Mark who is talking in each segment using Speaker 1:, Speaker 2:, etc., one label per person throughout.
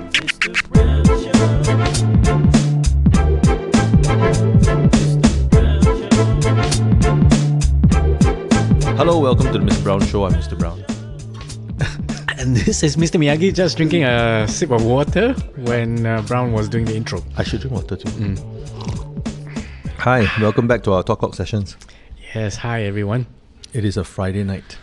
Speaker 1: Mr. Brown Show.
Speaker 2: Hello, welcome to the Mr. Brown Show. I'm Mr. Brown.
Speaker 3: And this is Mr. Miyagi just drinking a sip of water when uh, Brown was doing the intro.
Speaker 2: I should drink water too. Mm. Hi, welcome back to our Talk Cock sessions.
Speaker 3: Yes, hi everyone.
Speaker 2: It is a Friday night.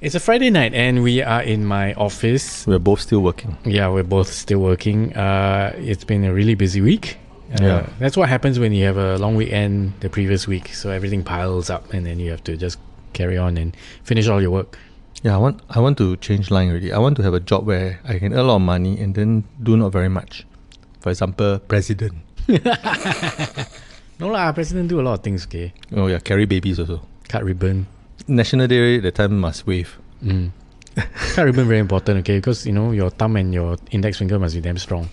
Speaker 3: It's a Friday night and we are in my office.
Speaker 2: We're both still working.
Speaker 3: Yeah, we're both still working. Uh, it's been a really busy week. Uh,
Speaker 2: Yeah.
Speaker 3: That's what happens when you have a long weekend the previous week. So everything piles up and then you have to just carry on and finish all your work.
Speaker 2: Yeah, I want I want to change line already. I want to have a job where I can earn a lot of money and then do not very much. For example, president.
Speaker 3: No lah, President do a lot of things, okay?
Speaker 2: Oh yeah, carry babies also.
Speaker 3: Cut ribbon.
Speaker 2: National Day that time must wave.
Speaker 3: Mm. Cut ribbon very important, okay? Because you know your thumb and your index finger must be damn strong.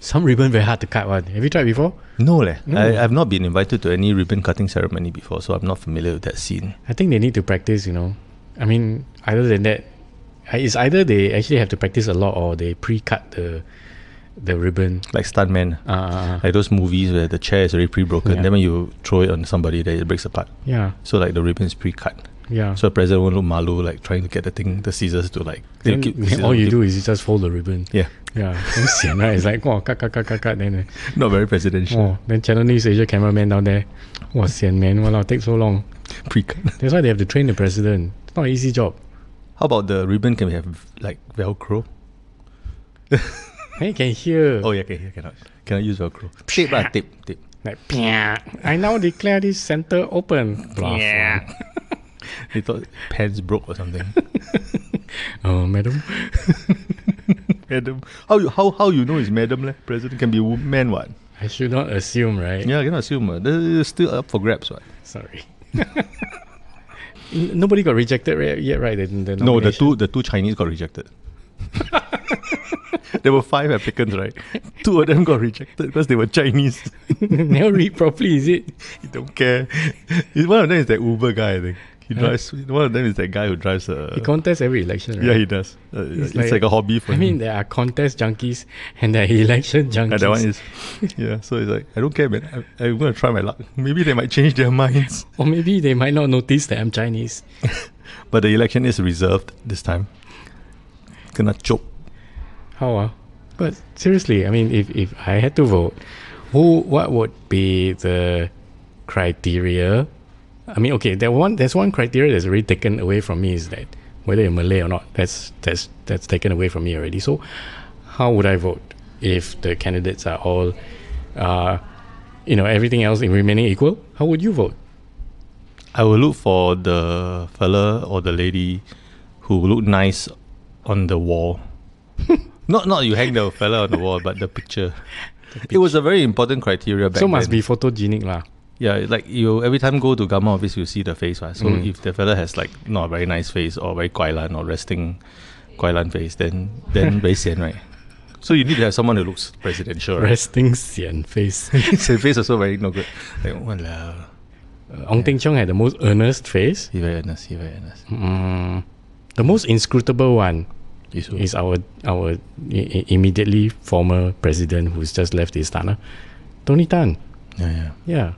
Speaker 3: Some ribbon very hard to cut one. Have you tried before?
Speaker 2: No leh. I, I've not been invited to any ribbon cutting ceremony before, so I'm not familiar with that scene.
Speaker 3: I think they need to practice. You know, I mean, other than that, I- it's either they actually have to practice a lot or they pre-cut the the ribbon.
Speaker 2: Like stuntman.
Speaker 3: Uh, Uh, uh,
Speaker 2: Like those movies where the chair is already pre-broken,
Speaker 3: Yeah.
Speaker 2: then when you throw it on somebody, then it breaks apart.
Speaker 3: yeah,
Speaker 2: So like the ribbon is pre-cut.
Speaker 3: yeah.
Speaker 2: So the president won't look malu like trying to get the thing, the scissors to like.
Speaker 3: Then
Speaker 2: keep scissors
Speaker 3: all
Speaker 2: to
Speaker 3: you
Speaker 2: keep-
Speaker 3: do is you just fold the ribbon.
Speaker 2: Yeah,
Speaker 3: Yeah, damn sian, right? It's like, wow, cut, cut, cut, cut, cut. Then,
Speaker 2: not very presidential.
Speaker 3: oh, then Channel News Asia cameraman down there, wow, sian man, wow, take so long.
Speaker 2: Pre-cut.
Speaker 3: That's why they have to train the president. It's not an easy job.
Speaker 2: How about the ribbon? Can we have like Velcro?
Speaker 3: Hey, you can hear.
Speaker 2: Oh yeah, can yeah, cannot. Cannot use Velcro. Tape
Speaker 3: ah.
Speaker 2: lah, tape, tape.
Speaker 3: Like, "Pia, I now declare this center open. Blah,
Speaker 2: Yeah. They thought pants broke or something.
Speaker 3: blah. Oh, madam.
Speaker 2: madam, how you how how you know it's madam leh? President can be wo- man what?
Speaker 3: I should not assume, right?
Speaker 2: Yeah, I cannot assume. Uh, they're still up for grabs what?
Speaker 3: Sorry. N- Nobody got rejected re- yet, right? The, the
Speaker 2: No, the
Speaker 3: nomination?
Speaker 2: two the two Chinese got rejected. there were five applicants, right? Two of them got rejected because they were Chinese.
Speaker 3: Never read properly, is it?
Speaker 2: He don't care. He- one of them is that Uber guy. I think he drives. One of them is that guy who drives a.
Speaker 3: He contests every election, right?
Speaker 2: Uh, yeah, he does. Uh, it's like,
Speaker 3: like-
Speaker 2: a hobby for
Speaker 3: I
Speaker 2: him.
Speaker 3: mean, there are contest junkies and there are election junkies.
Speaker 2: Yeah, that one is. Yeah, so it's like I don't care, man. I, I'm gonna try my luck. Maybe they might change their minds.
Speaker 3: Or maybe they might not notice that I'm Chinese.
Speaker 2: But the election is reserved this time. Gonna choke.
Speaker 3: How ah? But seriously, I mean, if, if I had to vote, who what would be the criteria? I mean, okay, there one there's one criteria that's already taken away from me is that whether you're Malay or not, that's that's that's taken away from me already. So, how would I vote if the candidates are all, uh, you know, everything else remaining equal? How would you vote?
Speaker 2: I will look for the fella or the lady who look nice on the wall. not not you hang the fella on the wall, but the picture. It was a very important criteria back
Speaker 3: so
Speaker 2: then.
Speaker 3: must be photogenic lah.
Speaker 2: Yeah, it's like you every time go to Gamma office, you see the face, right? So if the fella has like not a very nice face or very guailan or resting guailan face, then then very sian, right? So you need to have someone who looks presidential, right?
Speaker 3: Resting sian face.
Speaker 2: His face also very no good. Like, walao.
Speaker 3: Ong Teng Cheong had the most earnest face.
Speaker 2: He very honest, he very honest.
Speaker 3: Mm, the most inscrutable one
Speaker 2: Is who?
Speaker 3: is our our i- i- immediately former president who's just left his tanah, Tony Tan.
Speaker 2: Yeah, yeah.
Speaker 3: Yeah,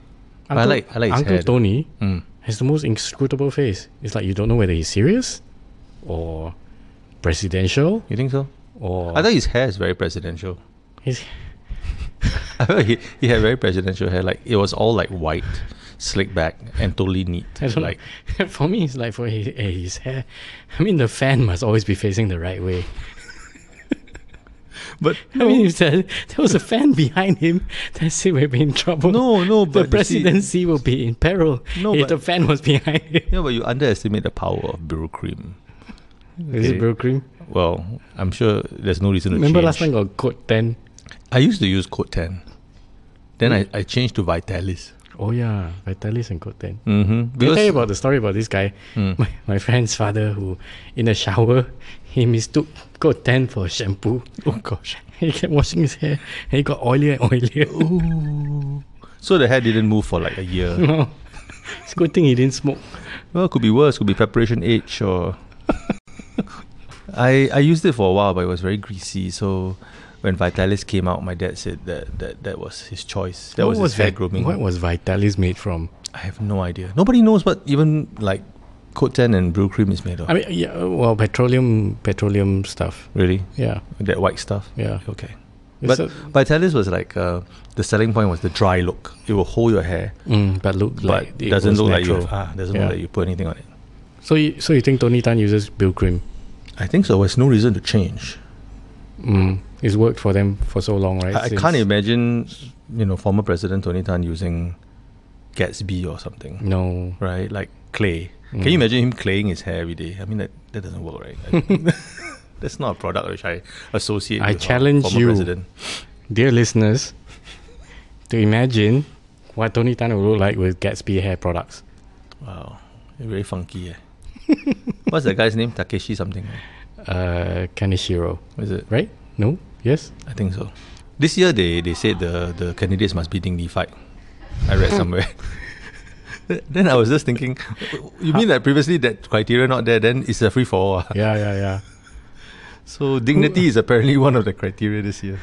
Speaker 2: I like- I like his
Speaker 3: Uncle
Speaker 2: hair though.
Speaker 3: Tony
Speaker 2: Mm.
Speaker 3: has the most inscrutable face. It's like you don't know whether he's serious, or presidential,
Speaker 2: You think so?
Speaker 3: or
Speaker 2: I thought his hair is very presidential.
Speaker 3: his,
Speaker 2: I thought he, he had very presidential hair. Like it was all like white, slick back, and totally neat.
Speaker 3: I don't
Speaker 2: like
Speaker 3: know. for me, it's like for his, eh, his hair. I mean, the fan must always be facing the right way.
Speaker 2: but
Speaker 3: I mean, if there, there was a fan behind him, that's it. We'd be in trouble.
Speaker 2: No, no, but
Speaker 3: the
Speaker 2: you see-
Speaker 3: presidency will be in peril
Speaker 2: No,
Speaker 3: if
Speaker 2: but-
Speaker 3: the fan was behind him.
Speaker 2: yeah, but you underestimate the power of Bureau Cream.
Speaker 3: Is
Speaker 2: Okay.
Speaker 3: it Bill Cream?
Speaker 2: Well, I'm sure there's no reason to
Speaker 3: Remember
Speaker 2: change.
Speaker 3: last time got code ten?
Speaker 2: I used to use Code 10. Then I, I changed to Vitalis.
Speaker 3: Oh yeah, Vitalis and code ten.
Speaker 2: Mm-hmm.
Speaker 3: Can I tell you
Speaker 2: Because Hmm.
Speaker 3: about the story about this guy? My, my friend's father, who in the shower, he mistook code ten for shampoo. Oh gosh, Oh. he kept washing his hair, and it got oilier and oilier.
Speaker 2: so the hair didn't move for like a year.
Speaker 3: no, it's a good thing he didn't smoke.
Speaker 2: well, could be worse. Could be preparation age or. I I used it for a while, but it was very greasy. So when Vitalis came out, my dad said that that, that was his choice. That
Speaker 3: What
Speaker 2: was, his hair
Speaker 3: Vi-
Speaker 2: grooming.
Speaker 3: What was Vitalis made from?
Speaker 2: I have no idea. Nobody knows what even like Coat 10 and Brew Cream is made of.
Speaker 3: I mean, yeah, uh, well, petroleum, petroleum stuff.
Speaker 2: really?
Speaker 3: Yeah,
Speaker 2: That white stuff?
Speaker 3: yeah.
Speaker 2: Okay.
Speaker 3: It's
Speaker 2: But
Speaker 3: a-
Speaker 2: Vitalis was like, uh, the selling point was the dry look. It will hold your hair,
Speaker 3: Mm, but look,
Speaker 2: but
Speaker 3: like
Speaker 2: it doesn't
Speaker 3: was
Speaker 2: look
Speaker 3: natural.
Speaker 2: like you ah, doesn't
Speaker 3: Yeah.
Speaker 2: look like you put anything on it.
Speaker 3: So, you, so you think Tony Tan uses Bill Cream?
Speaker 2: I think so. There's no reason to change.
Speaker 3: Mm, it's worked for them for so long, right?
Speaker 2: I, I
Speaker 3: Since-
Speaker 2: can't imagine, you know, former President Tony Tan using Gatsby or something,
Speaker 3: No,
Speaker 2: right? Like clay. Can
Speaker 3: Mm.
Speaker 2: you imagine him claying his hair every day? I mean, that, that doesn't work, right? I- That's not a product which I associate.
Speaker 3: I
Speaker 2: with our
Speaker 3: challenge
Speaker 2: former
Speaker 3: you.
Speaker 2: President.
Speaker 3: dear listeners, to imagine what Tony Tan would look like with Gatsby hair products.
Speaker 2: Wow, you're very funky. Eh? What's that guy's name? Takeshi something. right?
Speaker 3: Uh, Kaneshiro,
Speaker 2: What is it?
Speaker 3: right? No, yes.
Speaker 2: I think so. This year they, they said the, the candidates must be dignified. I read somewhere. then I was just thinking, you mean that previously that criteria not there? Then it's a free for all. ah?
Speaker 3: Yeah, yeah, yeah.
Speaker 2: So dignity is apparently one of the criteria this year.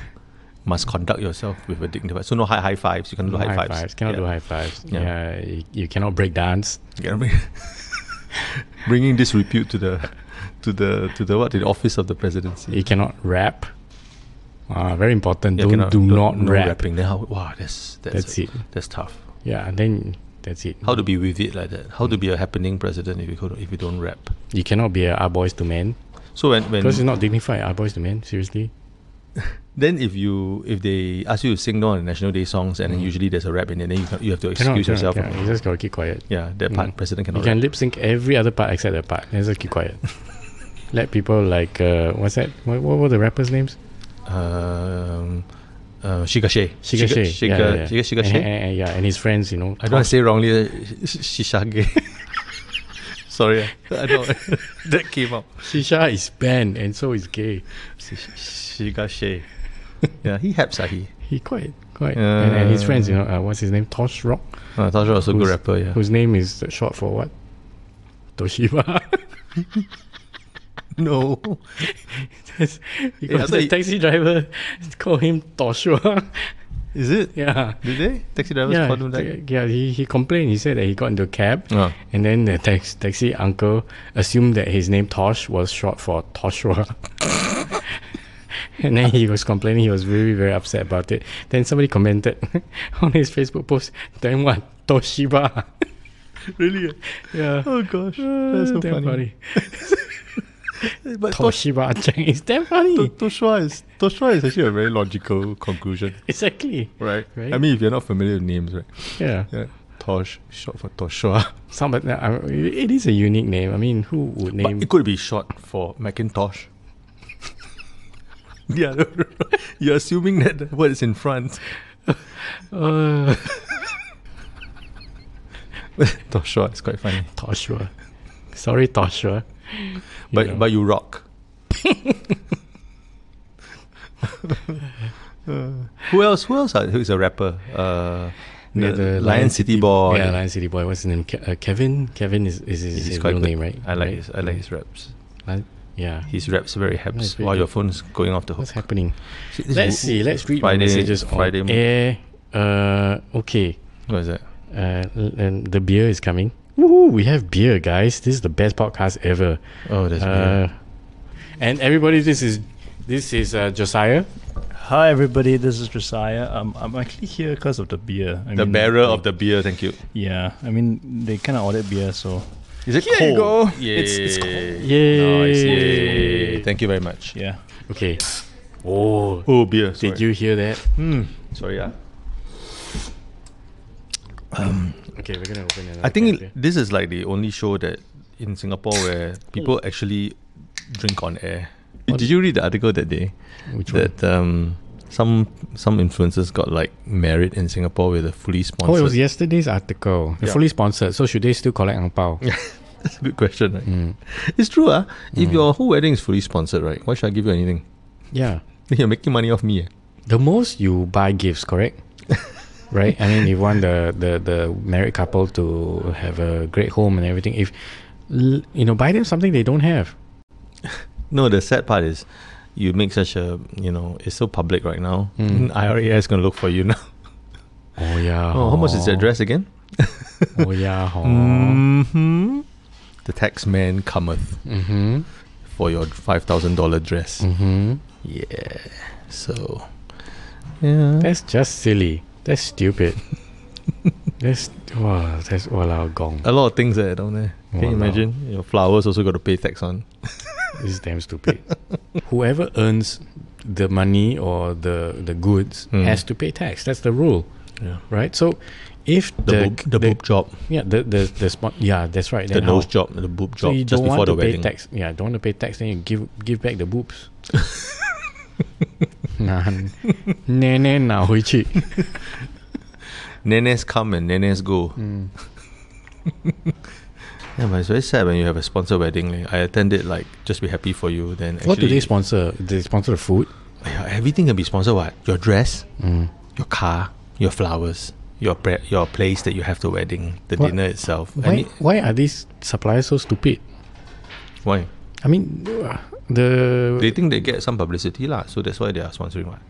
Speaker 2: Must conduct yourself with a dignified. So no high high fives. You can do
Speaker 3: No
Speaker 2: high,
Speaker 3: high
Speaker 2: fives.
Speaker 3: fives. Cannot do high fives.
Speaker 2: Yeah.
Speaker 3: Yeah, you, you cannot break dance.
Speaker 2: do high. Bringing disrepute to the to the to the what to the office of the presidency.
Speaker 3: You cannot rap. Uh, very important.
Speaker 2: Mm. Yeah,
Speaker 3: don't,
Speaker 2: cannot-
Speaker 3: do
Speaker 2: don't-
Speaker 3: not
Speaker 2: no
Speaker 3: rap.
Speaker 2: rapping. Then how? Wow, that's that's,
Speaker 3: That's it.
Speaker 2: That's tough.
Speaker 3: Yeah, then that's it.
Speaker 2: How to be with it like that? How to be a happening president if you could, if you don't rap?
Speaker 3: You cannot be a our boys to men
Speaker 2: So when when
Speaker 3: because it's not dignified. Our boys to men, seriously.
Speaker 2: then if you if they ask you to sing down the national day songs and then usually there's a rap in it, then you, can, you have to excuse
Speaker 3: Mm. Cannot, cannot,
Speaker 2: yourself.
Speaker 3: cannot. You just gotta keep quiet.
Speaker 2: Yeah, that part
Speaker 3: Mm.
Speaker 2: president
Speaker 3: You
Speaker 2: cannot.
Speaker 3: can
Speaker 2: rap.
Speaker 3: lip sync every other part except that part. Then just keep quiet. Let people like uh, what's that? What, what were the rappers' names?
Speaker 2: Um, uh, Shikashe.
Speaker 3: Shika Shay.
Speaker 2: Shika,
Speaker 3: yeah, yeah, Eh, yeah.
Speaker 2: Shika, Shika
Speaker 3: and,
Speaker 2: Shay.
Speaker 3: and- and- yeah, and his friends, you know. Oh,
Speaker 2: I don't want to say wrongly. uh, sh- Shishage. Sorry, I don't. that came out.
Speaker 3: Shisha is banned and so is gay.
Speaker 2: Shikashe. Yeah, he haps ah, he.
Speaker 3: He quite quite and, and his friends, you know, uh, what's his name? Tosh Rock.
Speaker 2: Uh, Tasha was a good
Speaker 3: Who's-
Speaker 2: rapper. Yeah.
Speaker 3: Whose name is short for what? Toshiba.
Speaker 2: No.
Speaker 3: because
Speaker 2: I thought
Speaker 3: the
Speaker 2: he-
Speaker 3: taxi driver called him Toshua.
Speaker 2: Is it?
Speaker 3: yeah.
Speaker 2: Did they? Taxi drivers
Speaker 3: yeah,
Speaker 2: called him that?
Speaker 3: th- yeah, he, he complained. He said that he got into a cab,
Speaker 2: Ah.
Speaker 3: and then the tax, taxi uncle assumed that his name Tosh was short for Toshua. and then he was complaining. He was very, very upset about it. Then somebody commented on his Facebook post, then what? Toshiba.
Speaker 2: Really?
Speaker 3: yeah.
Speaker 2: Oh gosh,
Speaker 3: Uh, damn
Speaker 2: But Tosh-
Speaker 3: Toshiba Chang. It's damn funny.
Speaker 2: Toshua is Toshua is actually a very logical conclusion,
Speaker 3: exactly.
Speaker 2: right?
Speaker 3: Right.
Speaker 2: I mean, if you're not familiar with names, right?
Speaker 3: Yeah.
Speaker 2: Yeah. Tosh, short for Toshua.
Speaker 3: Somebody, I- uh, it is a unique name. I mean, who would name?
Speaker 2: But it could be short for Macintosh. yeah, no, no, no. you're assuming that the word is in front.
Speaker 3: Uh,
Speaker 2: Toshua is quite funny.
Speaker 3: Toshua. Sorry, Toshua.
Speaker 2: But
Speaker 3: know.
Speaker 2: but you rock. Uh, who else? Who else? Are, who's a rapper? Uh,
Speaker 3: Yeah,
Speaker 2: the
Speaker 3: the
Speaker 2: Lion,
Speaker 3: Lion
Speaker 2: City Boy.
Speaker 3: yeah, Lion City Boy. What's his name? Ke- uh, Kevin. Kevin is is his, his real name, right?
Speaker 2: I like
Speaker 3: Right?
Speaker 2: his. I like his raps.
Speaker 3: Lion- yeah.
Speaker 2: His raps very haps.
Speaker 3: Nice,
Speaker 2: Wow,
Speaker 3: really.
Speaker 2: your phone's going off the hook.
Speaker 3: What's happening?
Speaker 2: See, this
Speaker 3: Let's
Speaker 2: is-
Speaker 3: see. Let's read
Speaker 2: Friday-
Speaker 3: the messages on
Speaker 2: Friday. mo-
Speaker 3: air. Uh, okay.
Speaker 2: What is that?
Speaker 3: Uh, l- and the beer is coming. Woohoo! We have beer, guys. This is the best podcast ever.
Speaker 2: Oh, that's
Speaker 3: Uh, and everybody, this is this is uh, Josiah.
Speaker 1: Hi everybody, this is Josiah. Um, I'm actually here because of the beer. I
Speaker 2: the
Speaker 1: mean,
Speaker 2: bearer of the beer. Thank you.
Speaker 1: Yeah, I mean they kind of ordered beer, so
Speaker 2: Is it
Speaker 1: Here
Speaker 2: cold?
Speaker 1: you go.
Speaker 2: Yay.
Speaker 1: It's- it's cold.
Speaker 2: Nice.
Speaker 3: Yay.
Speaker 2: Yay. Thank you very much.
Speaker 1: yeah.
Speaker 3: Okay. Oh,
Speaker 2: Oh, beer. Sorry.
Speaker 3: did you hear that?
Speaker 2: Sorry. ah.
Speaker 3: Okay, we're gonna open another.
Speaker 2: I think it,
Speaker 3: can of beer.
Speaker 2: this is like the only show that in Singapore where people actually drink on air. Did you read the article that day
Speaker 3: Which one?
Speaker 2: that um, some some influencers got like married in Singapore with a fully sponsored?
Speaker 3: Oh, it was yesterday's article. They're
Speaker 2: Yeah.
Speaker 3: fully sponsored, so should they still collect ang pao?
Speaker 2: That's a good question. Right?
Speaker 3: Mm.
Speaker 2: It's true, ah. If your whole wedding is fully sponsored, right? Why should I give you anything?
Speaker 3: yeah.
Speaker 2: You're making money off me. eh?
Speaker 3: The most you buy gifts, correct? right? I mean, you want the, the, the married couple to have a great home and everything. If, l- you know, buy them something they don't have.
Speaker 2: No, the sad part is you make such a you know it's so public right now. Mm. IRA is gonna look for you now.
Speaker 3: Oh yeah.
Speaker 2: Oh, how much is the address again?
Speaker 3: Oh yeah. hor. Mm-hmm.
Speaker 2: hmm The tax man cometh
Speaker 3: Mhm.
Speaker 2: for your five thousand dollar dress.
Speaker 3: Mhm.
Speaker 2: Yeah. So. Yeah.
Speaker 3: That's just silly. That's stupid. that's wow. That's walao gong.
Speaker 2: a lot of things there, don't there? Can you
Speaker 3: Walao.
Speaker 2: imagine? Your flowers also got to pay tax on.
Speaker 3: This is damn stupid. Whoever earns the money or the the goods
Speaker 2: Mm.
Speaker 3: has to pay tax. That's the rule,
Speaker 2: Yeah.
Speaker 3: right? So if
Speaker 2: The, boob, the, boob job,
Speaker 3: yeah the the the spot yeah that's right.
Speaker 2: the
Speaker 3: then how?
Speaker 2: nose job, the boob
Speaker 3: So
Speaker 2: job
Speaker 3: you
Speaker 2: just
Speaker 3: don't
Speaker 2: before
Speaker 3: want
Speaker 2: the
Speaker 3: to pay
Speaker 2: wedding.
Speaker 3: tax. Yeah, don't want to pay tax. Then you give give back the boobs. nah, nah, nah, nah, 回去.
Speaker 2: Nenes come and nenes go.
Speaker 3: Mm.
Speaker 2: yeah, but it's very sad when you have a sponsor wedding. Like, I attended like just be happy for you. Then actually,
Speaker 3: What do they sponsor? They sponsor the food.
Speaker 2: Yeah, everything can be sponsored. What your dress,
Speaker 3: Mm.
Speaker 2: your car, your flowers, your pre- your place that you have the wedding, the
Speaker 3: What?
Speaker 2: dinner itself. I
Speaker 3: Why,
Speaker 2: mean,
Speaker 3: why are these suppliers so stupid?
Speaker 2: why?
Speaker 3: I mean, uh, the
Speaker 2: They think they get some publicity lah, so that's why they are sponsoring what.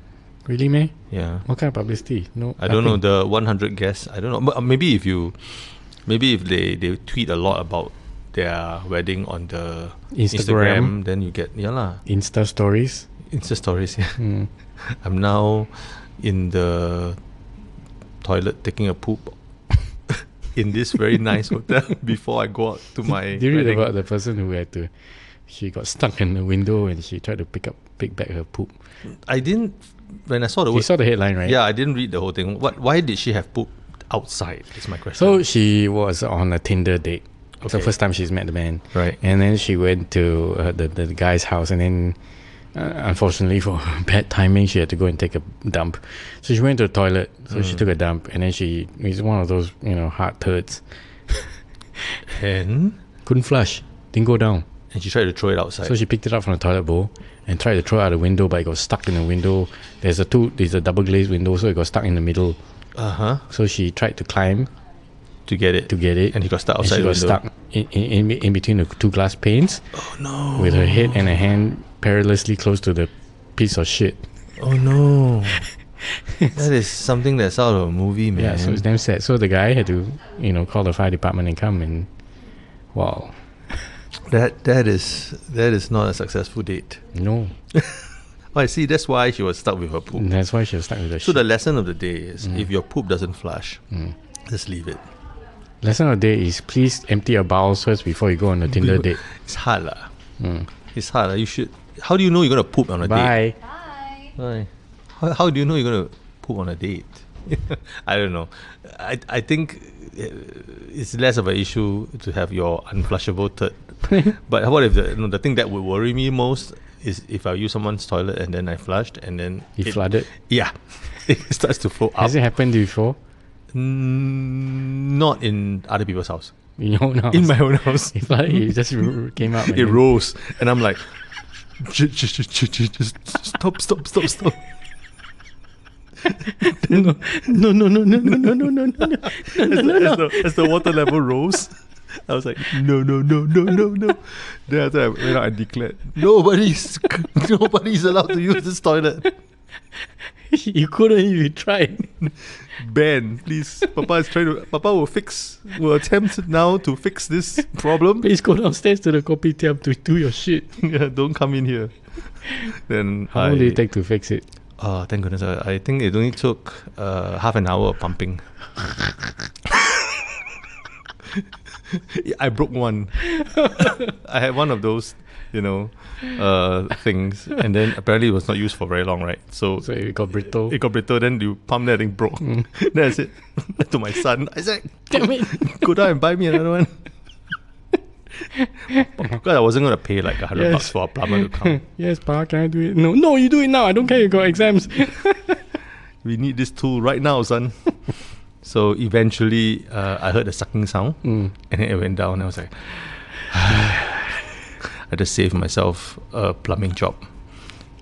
Speaker 3: really man.
Speaker 2: Yeah.
Speaker 3: What kind of publicity? No,
Speaker 2: I don't know
Speaker 3: nothing.
Speaker 2: the 100 guests. I don't know. But uh, maybe if you, maybe if they they tweet a lot about their wedding on the
Speaker 3: Instagram.
Speaker 2: Instagram, then you get yeah lah
Speaker 3: Insta stories.
Speaker 2: Insta stories. Yeah. I'm now in the toilet taking a poop in this very nice hotel before I go out to my.
Speaker 3: Do you read
Speaker 2: wedding.
Speaker 3: about the person who had to? She got stuck in the window and she tried to pick up pick back her poop.
Speaker 2: I didn't when I saw the
Speaker 3: You
Speaker 2: word.
Speaker 3: saw the headline, right?
Speaker 2: Yeah, I didn't read the whole thing. What? Why did she have poop outside? Is my question.
Speaker 3: So she was on a Tinder date. It's the
Speaker 2: Okay.
Speaker 3: first time she's met the man.
Speaker 2: Right.
Speaker 3: And then she went to uh, the, the guy's house, and then uh, unfortunately for her bad timing, she had to go and take a dump. So she went to the toilet. So
Speaker 2: Hmm.
Speaker 3: she took a dump, and then she is one of those you know hard turds.
Speaker 2: and
Speaker 3: Couldn't flush. Didn't go down.
Speaker 2: and she tried to throw it outside.
Speaker 3: So she picked it up from the toilet bowl and tried to throw it out the window, but it got stuck in the window. There's a two, there's a double glazed window, so it got stuck in the middle.
Speaker 2: uh huh.
Speaker 3: So she tried to climb
Speaker 2: to get it.
Speaker 3: to get it,
Speaker 2: And he got stuck outside
Speaker 3: she
Speaker 2: the
Speaker 3: got
Speaker 2: window.
Speaker 3: stuck in, in, in, in between the two glass panes.
Speaker 2: Oh no!
Speaker 3: with her head and her hand perilously close to the piece of shit.
Speaker 2: Oh no! that is something that's out of a movie, man.
Speaker 3: Yeah, so it's damn sad. So the guy had to, you know, call the fire department and come and, wow,
Speaker 2: that that is that is not a successful date.
Speaker 3: no.
Speaker 2: Oh, I see. That's why she was stuck with her poop.
Speaker 3: That's why she was stuck with the
Speaker 2: So
Speaker 3: shit. Mm.
Speaker 2: the lesson of the day is: if your poop doesn't flush, just leave it.
Speaker 3: Lesson of the day is please empty your bowels first before you go on a Tinder date.
Speaker 2: It's hard, lah. It's hard. lah. You should. How do you know you're gonna poop on a date?
Speaker 3: Mm. Bye.
Speaker 4: Bye.
Speaker 2: Why? How, how do you know you're gonna poop on a date? I don't know. I I think uh, it's less of an issue to have your unflushable turd. but how about if the you know, the thing that would worry me most is if I use someone's toilet and then I flushed and then
Speaker 3: You
Speaker 2: it-
Speaker 3: flooded.
Speaker 2: Yeah, it starts to flow up.
Speaker 3: Has it happened before?
Speaker 2: Mm, not in other people's house.
Speaker 3: You know now.
Speaker 2: In my own house,
Speaker 3: it flooded. It just r- came out. and
Speaker 2: it
Speaker 3: then-
Speaker 2: rolls, and I'm like, just, just, just, just, just stop, stop, stop, stop.
Speaker 3: No, no, no, no, no, no, no, no, no, no, no.
Speaker 2: as, the, as, the, as the water level rose, I was like, no, no, no, no, no, no. Then after I went out and declared, nobody's nobody's allowed to use this toilet.
Speaker 3: You couldn't even try.
Speaker 2: Ben, please, Papa is trying to. Papa will fix. Will attempt now to fix this problem.
Speaker 3: Please go downstairs to the kopitiam to do your shit.
Speaker 2: yeah, don't come in here. Then
Speaker 3: How
Speaker 2: I,
Speaker 3: long did it take to fix it?
Speaker 2: Oh, thank goodness. I, I think it only took uh, half an hour of pumping. Yeah, I broke one. I had one of those, you know, uh, things, and then apparently it was not used for very long, right? So,
Speaker 3: So it got brittle.
Speaker 2: it got brittle. Then you pump that thing broke. then I said to my son, I said,
Speaker 3: Damn it.
Speaker 2: "Go down and buy me another one." because I wasn't gonna pay like a hundred
Speaker 3: Yes.
Speaker 2: bucks for a plumber to come.
Speaker 3: Yes, Pa, can I do it? No, no, you do it now. I don't care. You got exams.
Speaker 2: we need this tool right now, son. so eventually, uh, I heard a sucking sound,
Speaker 3: Mm.
Speaker 2: and then it went down. I was like, I just saved myself a plumbing job.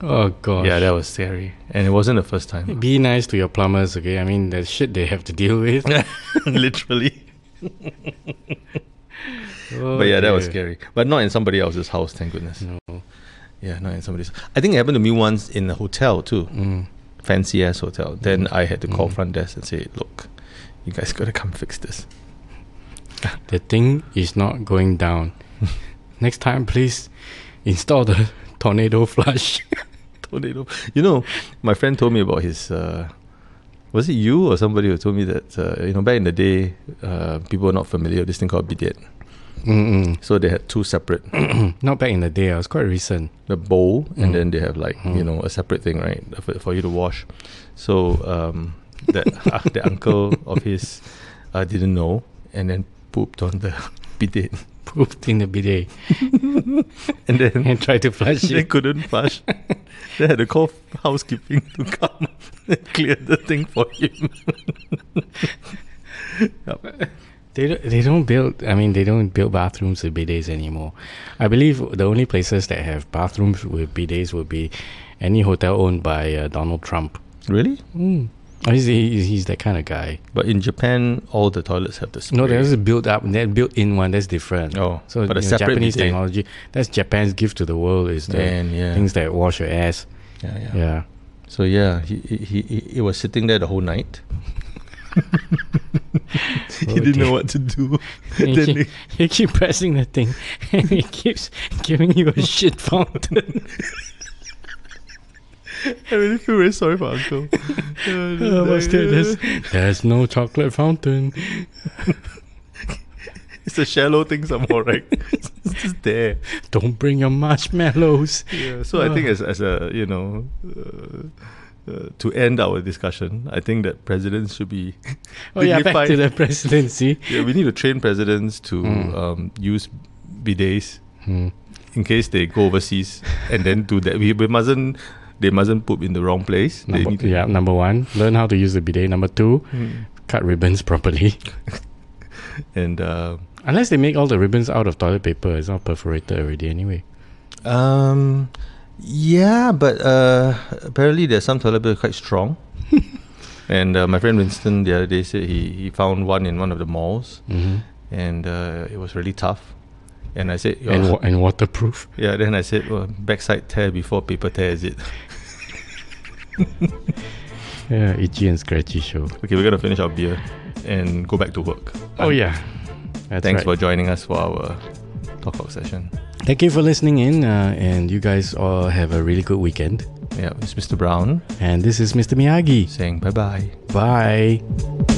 Speaker 3: oh gosh.
Speaker 2: Yeah, that was scary, and it wasn't the first time.
Speaker 3: Be nice to your plumbers, okay? I mean, the shit they have to deal with.
Speaker 2: Literally, but yeah, that was scary. But not in somebody else's house, thank goodness. Yeah, not in somebody's. I think it happened to me once in a hotel too,
Speaker 3: Mm.
Speaker 2: fancy ass hotel. Then I had to call
Speaker 3: Mm.
Speaker 2: front desk and say, "Look, you guys gotta come fix this."
Speaker 3: The thing is not going down. Next time, please install the tornado flush.
Speaker 2: Tornado. You know, my friend told me about his. Uh, was it you or somebody who told me that uh, you know back in the day, uh, people were not familiar with this thing called bidet.
Speaker 3: Mm-mm.
Speaker 2: So they had two separate,
Speaker 3: Not back in the day, it was quite recent.
Speaker 2: the bowl,
Speaker 3: Mm.
Speaker 2: and then they have like you
Speaker 3: Mm.
Speaker 2: know a separate thing, right, for, for you to wash. So um, that uh, the uncle of his uh, didn't know, and then pooped on the bidet,
Speaker 3: Pooped in the bidet
Speaker 2: and then
Speaker 3: and tried to flush
Speaker 2: they
Speaker 3: it.
Speaker 2: couldn't flush. they had to call housekeeping to come and clear the thing for him.
Speaker 3: They, don't- they don't build, I mean, they don't build bathrooms with bidets anymore. I believe the only places that have bathrooms with bidets would be any hotel owned by uh, Donald Trump.
Speaker 2: Really?
Speaker 3: Mm. He's, he's, he's that kind of guy.
Speaker 2: But in Japan, all the toilets have the spray.
Speaker 3: No, there's a built up, that built in one that's different.
Speaker 2: Oh,
Speaker 3: so
Speaker 2: but a
Speaker 3: you know,
Speaker 2: separate
Speaker 3: Japanese
Speaker 2: bidet.
Speaker 3: technology. That's Japan's gift to the world is the
Speaker 2: Man, yeah.
Speaker 3: things that wash your ass.
Speaker 2: Yeah, yeah.
Speaker 3: Yeah.
Speaker 2: So yeah, he he, he he he was sitting there the whole night.
Speaker 3: Oh,
Speaker 2: he didn't
Speaker 3: dear.
Speaker 2: know what to do.
Speaker 3: And
Speaker 2: Then
Speaker 3: you, keep, you keep pressing the thing, and it keeps giving you a shit fountain.
Speaker 2: I really feel very sorry for Uncle.
Speaker 3: oh, what's that? There's, there's no chocolate fountain.
Speaker 2: It's a shallow thing somehow, right? it's just there.
Speaker 3: Don't bring your marshmallows.
Speaker 2: Yeah. So I think as as a you know. Uh, uh, to end our discussion, I think that presidents should be.
Speaker 3: Oh yeah, back to
Speaker 2: dignified.
Speaker 3: the presidency.
Speaker 2: Yeah, we need to train presidents to
Speaker 3: Mm.
Speaker 2: um, use bidets
Speaker 3: Hmm.
Speaker 2: in case they go overseas and then do that. We, we mustn't. They mustn't poop in the wrong place. They
Speaker 3: Number,
Speaker 2: need to-
Speaker 3: yeah, number one, learn how to use the bidet. Number two,
Speaker 2: Mm.
Speaker 3: cut ribbons properly.
Speaker 2: And uh,
Speaker 3: Unless they make all the ribbons out of toilet paper, it's not perforated already anyway.
Speaker 2: um, yeah, but uh, apparently there's some toilet paper quite strong. and uh, my friend Winston the other day said he he found one in one of the malls,
Speaker 3: Mm-hmm.
Speaker 2: and uh, it was really tough. And I said,
Speaker 3: And,
Speaker 2: "Oh."
Speaker 3: wa- and waterproof.
Speaker 2: yeah. Then I said, well, backside tear before paper tear is it?
Speaker 3: Yeah, itchy and scratchy show.
Speaker 2: Okay, we're gonna finish our beer and go back to work.
Speaker 3: Oh yeah, That's
Speaker 2: Um, Thanks
Speaker 3: right.
Speaker 2: for joining us for our talk out session.
Speaker 3: Thank you for listening in, uh, and you guys all have a really good weekend.
Speaker 2: Yeah, it's Mr. Brown
Speaker 3: And this is Mr. Miyagi.
Speaker 2: saying bye bye.
Speaker 3: Bye.